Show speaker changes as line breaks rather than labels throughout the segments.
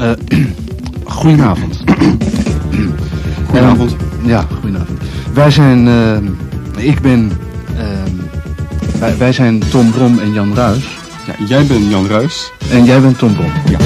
Eh, goedenavond.
Goedenavond.
En, ja, goedenavond. Wij zijn, eh, ik ben, eh, wij, wij zijn Tom Brom en Jan Ruis.
Ja, jij bent Jan Ruijs.
En jij bent Tom Brom.
Ja.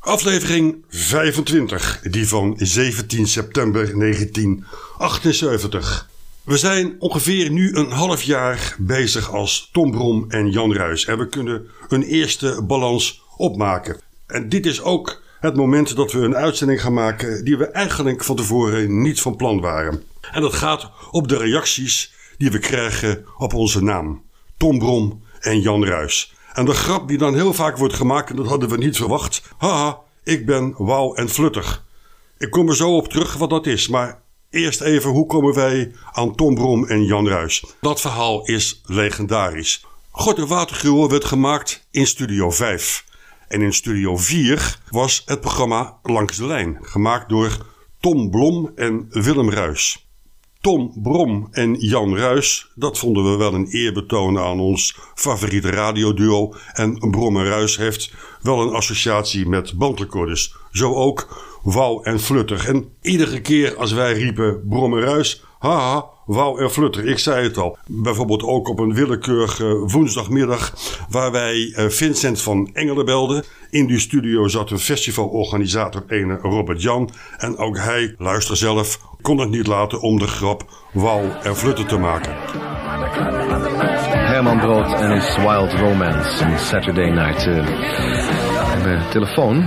Aflevering 25, die van 17 september 1978. We zijn ongeveer nu een half jaar bezig als Tom Brom en Jan Ruijs. En we kunnen een eerste balans opmaken. En dit is ook het moment dat we een uitzending gaan maken die we eigenlijk van tevoren niet van plan waren. En dat gaat op de reacties die we krijgen op onze naam. Tom Brom en Jan Ruijs. En de grap die dan heel vaak wordt gemaakt, en dat hadden we niet verwacht. Haha, ik ben wauw en fluttig. Ik kom er zo op terug wat dat is, maar eerst even hoe komen wij aan Tom Brom en Jan Ruis? Dat verhaal is legendarisch. God en Watergruwel werd gemaakt in Studio 5. En in Studio 4 was het programma Langs de Lijn, gemaakt door Tom Blom en Willem Ruis. Tom Brom en Jan Ruis, dat vonden we wel een eerbetoon aan ons favoriete radioduo. En Brom en Ruis heeft wel een associatie met bandrecorders. Zo ook Wauw en Flutter. En iedere keer als wij riepen Brom en Ruis, haha, Wauw en Flutter, ik zei het al. Bijvoorbeeld ook op een willekeurige woensdagmiddag waar wij eh, Vincent van Engelen belden. In die studio zat een festivalorganisator ene Robert Jan. En ook hij, luister zelf, kon het niet laten om de grap Wauw en Flutter te maken.
Herman Brood en his Wild Romance on Saturday night. eh. we hebben telefoon.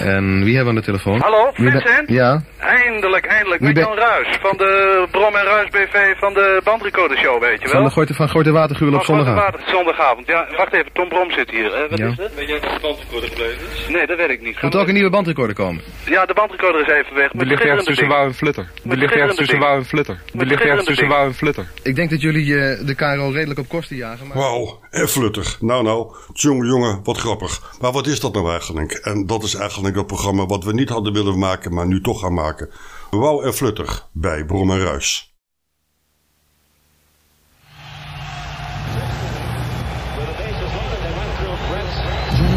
En wie hebben we aan de telefoon?
Hallo,
Wie ben-
Vincent?
Ja,
Eindelijk, eindelijk. Met
Wie ben-
Jan Ruis van de Brom en Ruis BV van de Bandrecorder Show, weet je wel.
van de Gooite, van Gooite Waterguur op
Van Grote
zondag.
Water- zondagavond. Ja, wacht even, Tom Brom zit hier. Eh, wat
Ja.
is het? Weet jij dat de bandrecorder gebleven is? Nee, dat weet ik niet.
Moet ook een nieuwe bandrecorder komen.
Ja, de bandrecorder is even weg.
Die ligt ergens tussen wauw en flutter. Die ligt ergens tussen wauw en flutter. Die ligt ergens tussen wauw en flutter.
Ik denk dat jullie eh, de KRO redelijk op kosten jagen, maar...
Wauw, en flutter. Nou, nou, jongen, jongen, wat grappig. Maar wat is dat nou eigenlijk? En dat is eigenlijk dat programma wat we niet hadden willen maken, maar nu toch gaan maken. Wauw en flutter bij Brom en Ruis.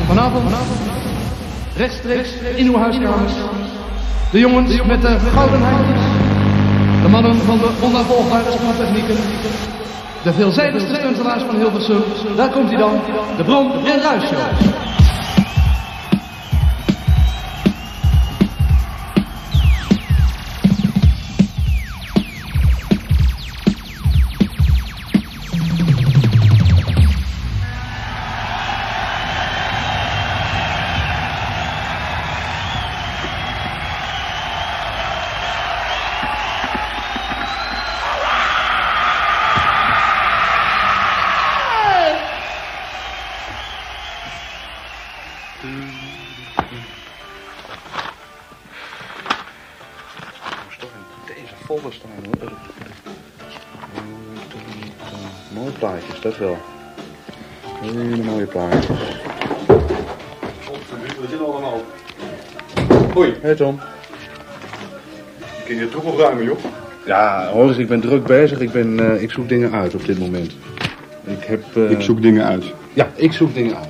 Vanavond, rechtstreeks in uw huiskamers. De jongens met de gouden handjes. De mannen van de onnavolgbare sporttechnieken. De veelzijdigste kunstenaars van Hilversum. Daar komt hij dan, de Brom en Ruijshow.
Mooie plaatjes, dat wel. Hele mooie plaatjes.
We zitten allemaal.
Hey Tom.
Kun je het troep opruimen, joh?
Ja, hoor eens, ik ben druk bezig. Ik, ben, eh, ik zoek dingen uit op dit moment. Ik heb... eh,
Ik zoek dingen uit.
Ja, ik zoek dingen uit.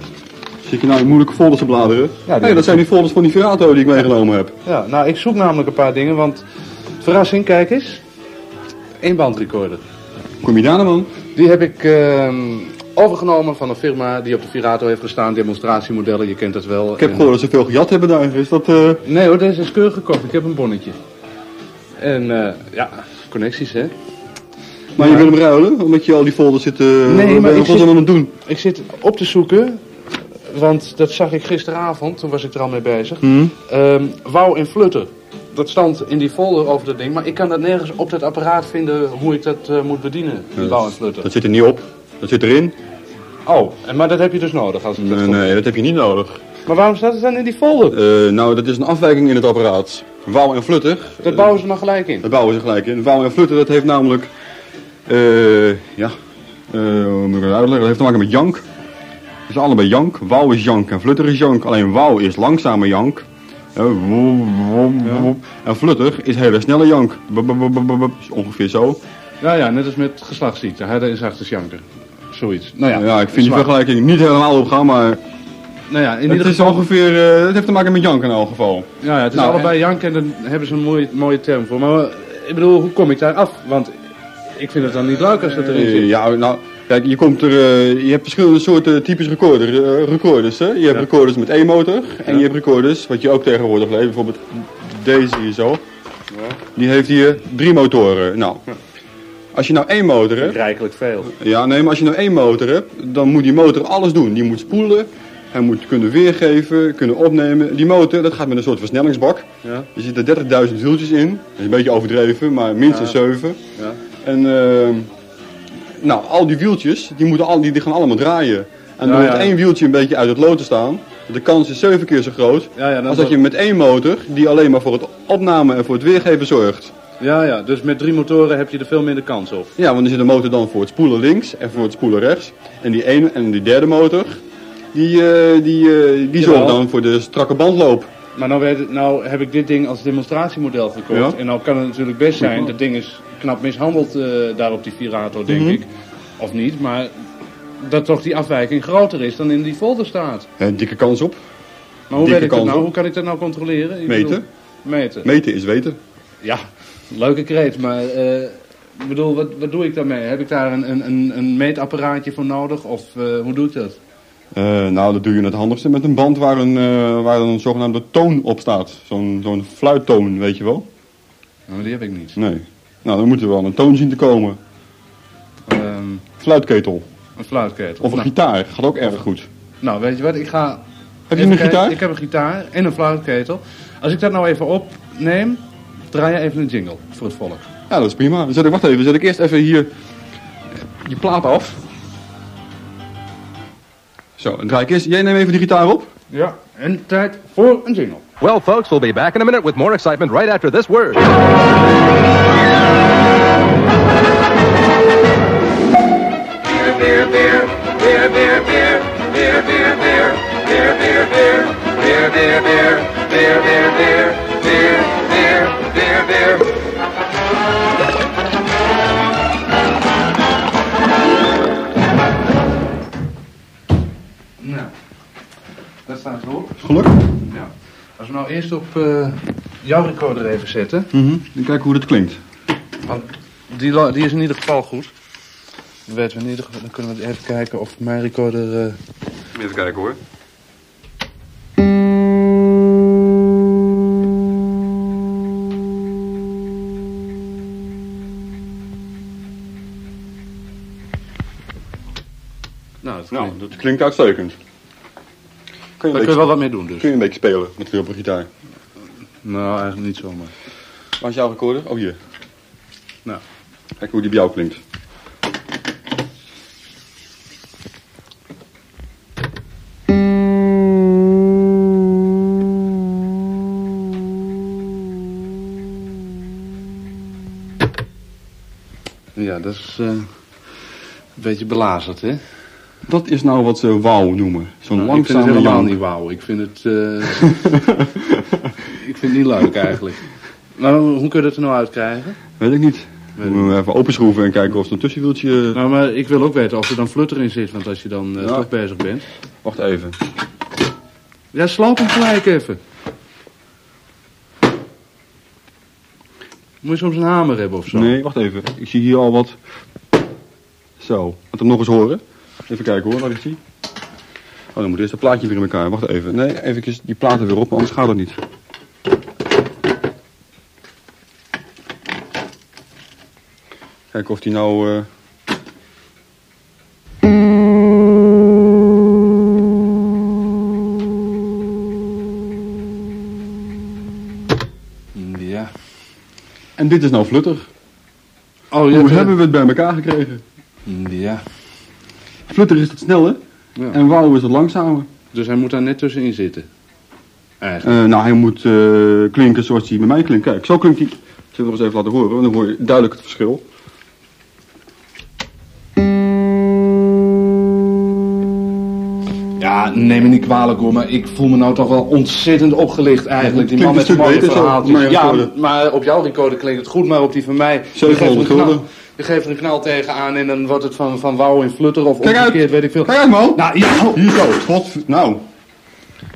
Zit je nou in moeilijke folders te bladeren? Ja,
die-
dat zijn die folders van die Virato die ik meegenomen heb.
Ja, nou, ik zoek namelijk een paar dingen, want... Verrassing, kijk eens. Eén bandrecorder.
Kom je daar nou, man?
Die heb ik ehm, overgenomen van een firma die op de Virato heeft gestaan. Demonstratiemodellen, je kent dat wel.
Ik heb gehoord dat ze veel gejat hebben daar. Is dat... eh,
Nee hoor, deze is keurig gekocht. Ik heb een bonnetje. En eh, ja, connecties hè.
Maar je wil hem ruilen? Omdat je al die folders zit... eh,
maar
wat
ik
was
zit-
dan aan het doen?
Ik zit op te zoeken, want dat zag ik gisteravond, toen was ik er al mee bezig. Ehm, wauw en flutter. Dat stond in die folder over dat ding, maar ik kan dat nergens op dat apparaat vinden hoe ik dat eh, moet bedienen, die wauw en flutter.
Dat zit er niet op. Dat zit erin.
Oh, en, maar dat heb je dus nodig als ik dat
Nee,
goed-
nee, dat heb je niet nodig.
Maar waarom staat het dan in die folder?
Eh, nou, dat is een afwijking in het apparaat. Wauw en flutter.
Dat bouwen ze maar gelijk in.
Dat bouwen ze gelijk in. Wauw en flutter, dat heeft namelijk... eh, ja, eh, hoe moet ik dat uitleggen? Dat heeft te maken met jank. Het is allebei jank. Wauw is jank en flutter is jank. Alleen wauw is langzame jank. Eh, woe, woe, woe. En flutter is hele snelle jank. Bup, bup, bup, bup, bup. Is Ongeveer zo.
Nou Ja, ja, net als met geslachtsziekte. Hij is achter janker. Zoiets.
Nou ja, ik vind die
zwaar.
vergelijking niet helemaal opgaan, maar
Nou ja, in
het
ieder
is
geval.
ongeveer... eh, het heeft te maken met jank in elk geval.
Ja, ja, het is
Nou,
allebei janken en daar hebben ze een mooie, mooie term voor. Maar eh, ik bedoel, hoe kom ik daar af? Want ik vind het dan niet leuk als dat erin
Eh,
zit.
Ja, nou, kijk, je komt er, eh, je hebt verschillende soorten types recorder, eh, recorders, hè. Je hebt recorders met één motor en je hebt recorders, wat je ook tegenwoordig leeft, bijvoorbeeld deze hier zo. Die heeft hier drie motoren. Nou, als je nou één motor hebt,
Rijkelijk veel.
ja, nee, maar als je nou één motor hebt, dan moet die motor alles doen. Die moet spoelen, hij moet kunnen weergeven, kunnen opnemen. Die motor, dat gaat met een soort versnellingsbak.
Ja.
Er zitten 30.000 wieltjes in. Dat is een beetje overdreven, maar minstens
Ja.
7.
Ja.
En ehm, nou, al die wieltjes, die, moeten al, die, die gaan allemaal draaien. En door
Ja,
met
ja.
één wieltje een beetje uit het lood te staan, de kans is zeven keer zo groot
Ja, ja, dan
als dat je met één motor, die alleen maar voor het opname en voor het weergeven zorgt.
ja, ja, dus met drie motoren heb je er veel minder kans op.
Ja, want dan zit de motor dan voor het spoelen links en voor het spoelen rechts. En die, ene, en die derde motor, die, eh, die, eh, die zorgt
Jawel.
dan voor de strakke bandloop.
Maar nou, weet, nou heb ik dit ding als demonstratiemodel gekocht.
Ja.
En nou kan het natuurlijk best zijn, dat ding is knap mishandeld eh, daar op die Virato,
Mhm.
denk ik. Of niet, maar dat toch die afwijking groter is dan in die folder staat.
Eh, dikke kans op.
Maar hoe
Dikke
weet ik dat
kans,
nou?
hoor.
Hoe kan ik dat nou controleren? Ik
Meten.
bedoel, meten.
Meten is weten.
Ja, leuke kreet, maar eh, ik bedoel, wat, wat doe ik daarmee? Heb ik daar een, een- een, een meetapparaatje voor nodig of eh, hoe doe ik dat?
Eh, nou, dat doe je het handigste met een band waar een, eh, waar een zogenaamde toon op staat. Zo'n zo'n fluittoon, weet je wel?
Nou, die heb ik niet.
Nee. Nou, dan moet er wel een toon zien te komen.
Ehm,
Fluitketel.
een fluitketel.
Of een
nou,
gitaar. Gaat ook erg goed.
nou, weet je wat, ik ga...
Heb je een
even kijken.
gitaar?
Ik heb een gitaar en een fluitketel. Als ik dat nou even opneem, draai je even een jingle voor het volk.
Ja, dat is prima. Dan zet ik, wacht even, dan zet ik eerst even hier eh, je plaat af. Zo, dan draai ik eerst... Jij neemt even die gitaar op.
Ja. En tijd voor een jingle.
Well, folks, we'll be back in a minute with more excitement right after this word.
Nou, dat staat erop.
Geluk.
Ja. Als we nou eerst op eh, jouw recorder even zetten.
Dan kijken hoe dat klinkt.
Want die, la- die is in ieder geval goed. Dan weten we in ieder geval, dan kunnen we even kijken of mijn recorder. eh,
Even kijken hoor.
Nou, dat
Nou, dat klinkt uitstekend. Kun je, een
daar kun je
beetje,
wel wat mee doen dus.
kun je een beetje spelen met op een gitaar.
Nou, eigenlijk niet zomaar.
Waar is jouw recorder? Oh, hier.
Nou.
Kijk hoe die bij jou klinkt.
Ja, dat is eh, een beetje belazerd, hè?
Dat is nou wat ze wauw noemen. Zo'n
Nou, ik vind het
langzame
helemaal
jank.
niet wauw. Ik vind het... eh, ik vind het niet leuk eigenlijk. Nou, hoe kun je dat er nou uitkrijgen?
Weet ik niet.
Weet ik
Moeten we even openschroeven en kijken of er een tussenwieltje...
Nou, maar ik wil ook weten of er dan flutter in zit, want als je dan eh,
Ja.
toch bezig bent...
Wacht even.
Ja, sloop hem gelijk even. Moet je soms een hamer hebben of zo?
Nee, wacht even. Ik zie hier al wat... Zo. Laat hem nog eens horen. Even kijken hoor, waar is die? Oh, dan moet eerst dat plaatje weer in elkaar. Wacht even. Nee, even die platen weer op, anders gaat het niet. Kijken of die nou... eh,
Ja.
En dit is nou flutter.
Oh,
Hoe
je hebt, eh,
hebben we het bij elkaar gekregen?
Ja.
Flutter is het snelle
Ja.
en wauw is het langzame.
Dus hij moet daar net tussenin zitten. Eigenlijk.
Eh, nou, hij moet eh, klinken zoals hij bij mij klinkt. Kijk, zo klinkt hij. Ik zal het nog eens even laten horen, want dan hoor je duidelijk het verschil.
Ja, neem me niet kwalijk hoor, maar ik voel me nou toch wel ontzettend opgelicht eigenlijk. Die man met
Klinkt
de
een
mooie
stuk beter zo, op
verhaaltjes.
mijn
Ja,
recorder.
maar op jouw recorder klinkt het goed, maar op die van mij... Je
700
geeft er een knal,
gulden.
je geeft er een knal tegenaan en dan wordt het van, van wauw in flutter of
Kijk uit.
omgekeerd, weet ik veel.
Kijk uit, man!
Nou, ja, oh.
Hiro, god, nou.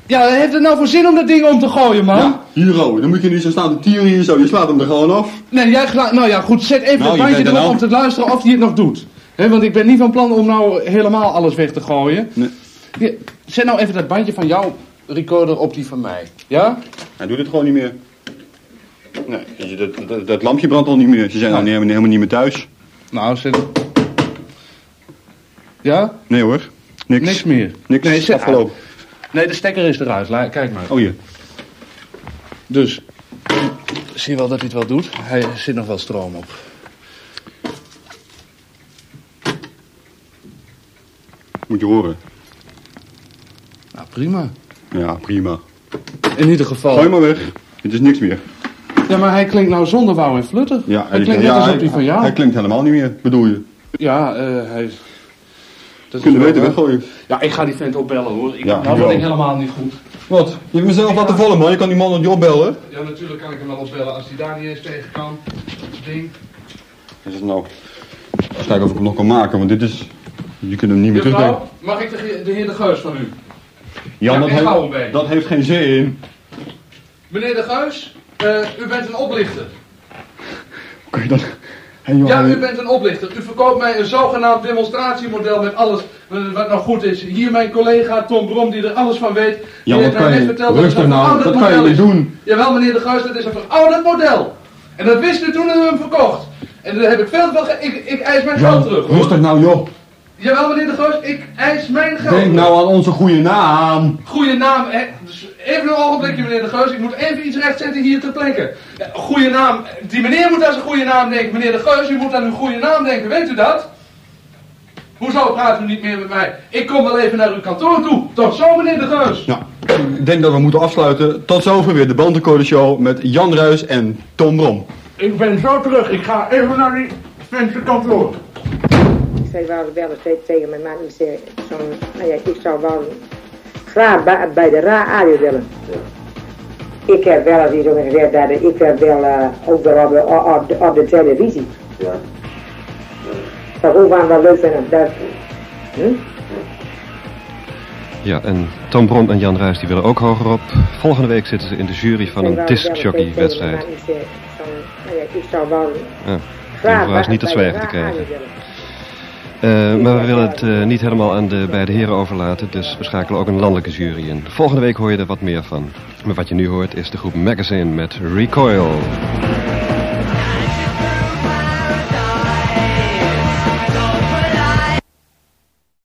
ja, heeft het nou voor zin om dat ding om te gooien, man?
Ja, Hiro, dan moet je niet zo staan te tieren hier zo. Je slaat hem er gewoon af.
Nee, jij gla- Nou ja, goed, zet even
Nou,
het
je
bandje
bent er
erop
nou.
om te luisteren of hij het nog doet. Hè, want ik ben niet van plan om nou helemaal alles weg te gooien.
Nee.
Ja, zet nou even dat bandje van jouw recorder op die van mij. Ja?
Hij doet het gewoon niet meer. Nee, dus dat, dat, dat lampje brandt al niet meer. Ze zijn nou helemaal- helemaal niet meer thuis.
Nou, zet... Ja?
Nee hoor, niks.
Niks meer.
Niks,
Nee, zet
afgelopen.
Nee, de stekker is eruit. La- Kijk maar.
Oh hier.
Dus, zie je wel dat hij het wel doet? Hij er zit nog wel stroom op.
Moet je horen.
Nou, prima.
Ja, prima.
In ieder geval...
Gooi maar weg. Het is niks meer.
Ja, maar hij klinkt nou zonder wou en flutter.
Ja,
hij klinkt net
ja,
alsof
hij-
die van jou.
Hij klinkt helemaal niet meer, bedoel je.
Ja, eh hij... Dat
Kunnen
is wel
beter
waar.
weggooien.
Ja, ik ga die vent opbellen hoor. Ik,
Ja,
nou
ik
word ik
ook.
helemaal niet goed.
Wat? Je hebt mezelf laten vallen, man. Je kan die man nog niet opbellen.
Ja, natuurlijk kan ik hem wel opbellen als hij daar niet eens tegen kan. Ding.
Wat is het nou? Eens kijken of ik hem nog kan maken, want dit is... Je kunt hem niet meer terugdenken.
Mevrouw, mag ik de, ge- de heer De Geus van u?
Jan,
Ja,
dat,
ik hou hem bij.
heeft, dat heeft geen zin in.
Meneer De Geus, eh, u bent een oplichter.
Kun je dat... Hey, joh,
Ja,
hey.
u bent een oplichter. U verkoopt mij een zogenaamd demonstratiemodel met alles eh, wat nou goed is. Hier mijn collega Tom Brom, die er alles van weet. die
Jan,
heeft
dat
mij
kan
net
je...
verteld dat
Rustig
het een
nou,
verouderd
dat kan je
model
niet
is.
doen.
Jawel, meneer de Geus, dat is een verouderd model. En dat wist u toen u hem verkocht. En daar heb ik veel van... ge- Ik, ik eis mijn geld
Jan,
terug. hoor.
rustig nou, joh.
Jawel, meneer de Geus, ik eis mijn geld
Denk
terug.
nou aan onze goede naam.
Goeie naam, hè? Dus even een ogenblikje, meneer de Geus. Ik moet even iets rechtzetten hier ter plekke. Ja, Goeie naam, die meneer moet aan zijn goede naam denken. Meneer de Geus, u moet aan uw goede naam denken, weet u dat? Hoezo praat u niet meer met mij? Ik kom wel even naar uw kantoor toe. Tot zo, meneer de Geus.
Nou, ik denk dat we moeten afsluiten. Tot zover weer de Bandencode Show met Jan Ruijs en Tom Brom.
Ik ben zo terug. Ik ga even naar die mensen kantoor.
Zij wouden wel eens steeds tegen mijn man. Ik zei, zo'n, nou ja, ik zou wel graag bij, bij de radio willen. Ik heb wel eens iets over gezegd dat ik heb wel eh, ook wel op de, op de, op de televisie. Dat hoeft aan wel leuk vinden. Dat, hm?
Ja, en Tom Brom en Jan Ruijs die willen ook hoger op. Volgende week zitten ze in de jury van
Zij
een
wouden wel eens steeds tegen mijn
discjockey-wedstrijd.
man. Ik zei, zo'n, nou ja, ik zou wel
Ja,
graag
vraag is niet te
bij- bij
zwijgen
de
te
radio
krijgen.
willen.
Eh, maar we willen het eh, niet helemaal aan de beide heren overlaten, dus we schakelen ook een landelijke jury in. Volgende week hoor je er wat meer van. Maar wat je nu hoort is de groep Magazine met Recoil.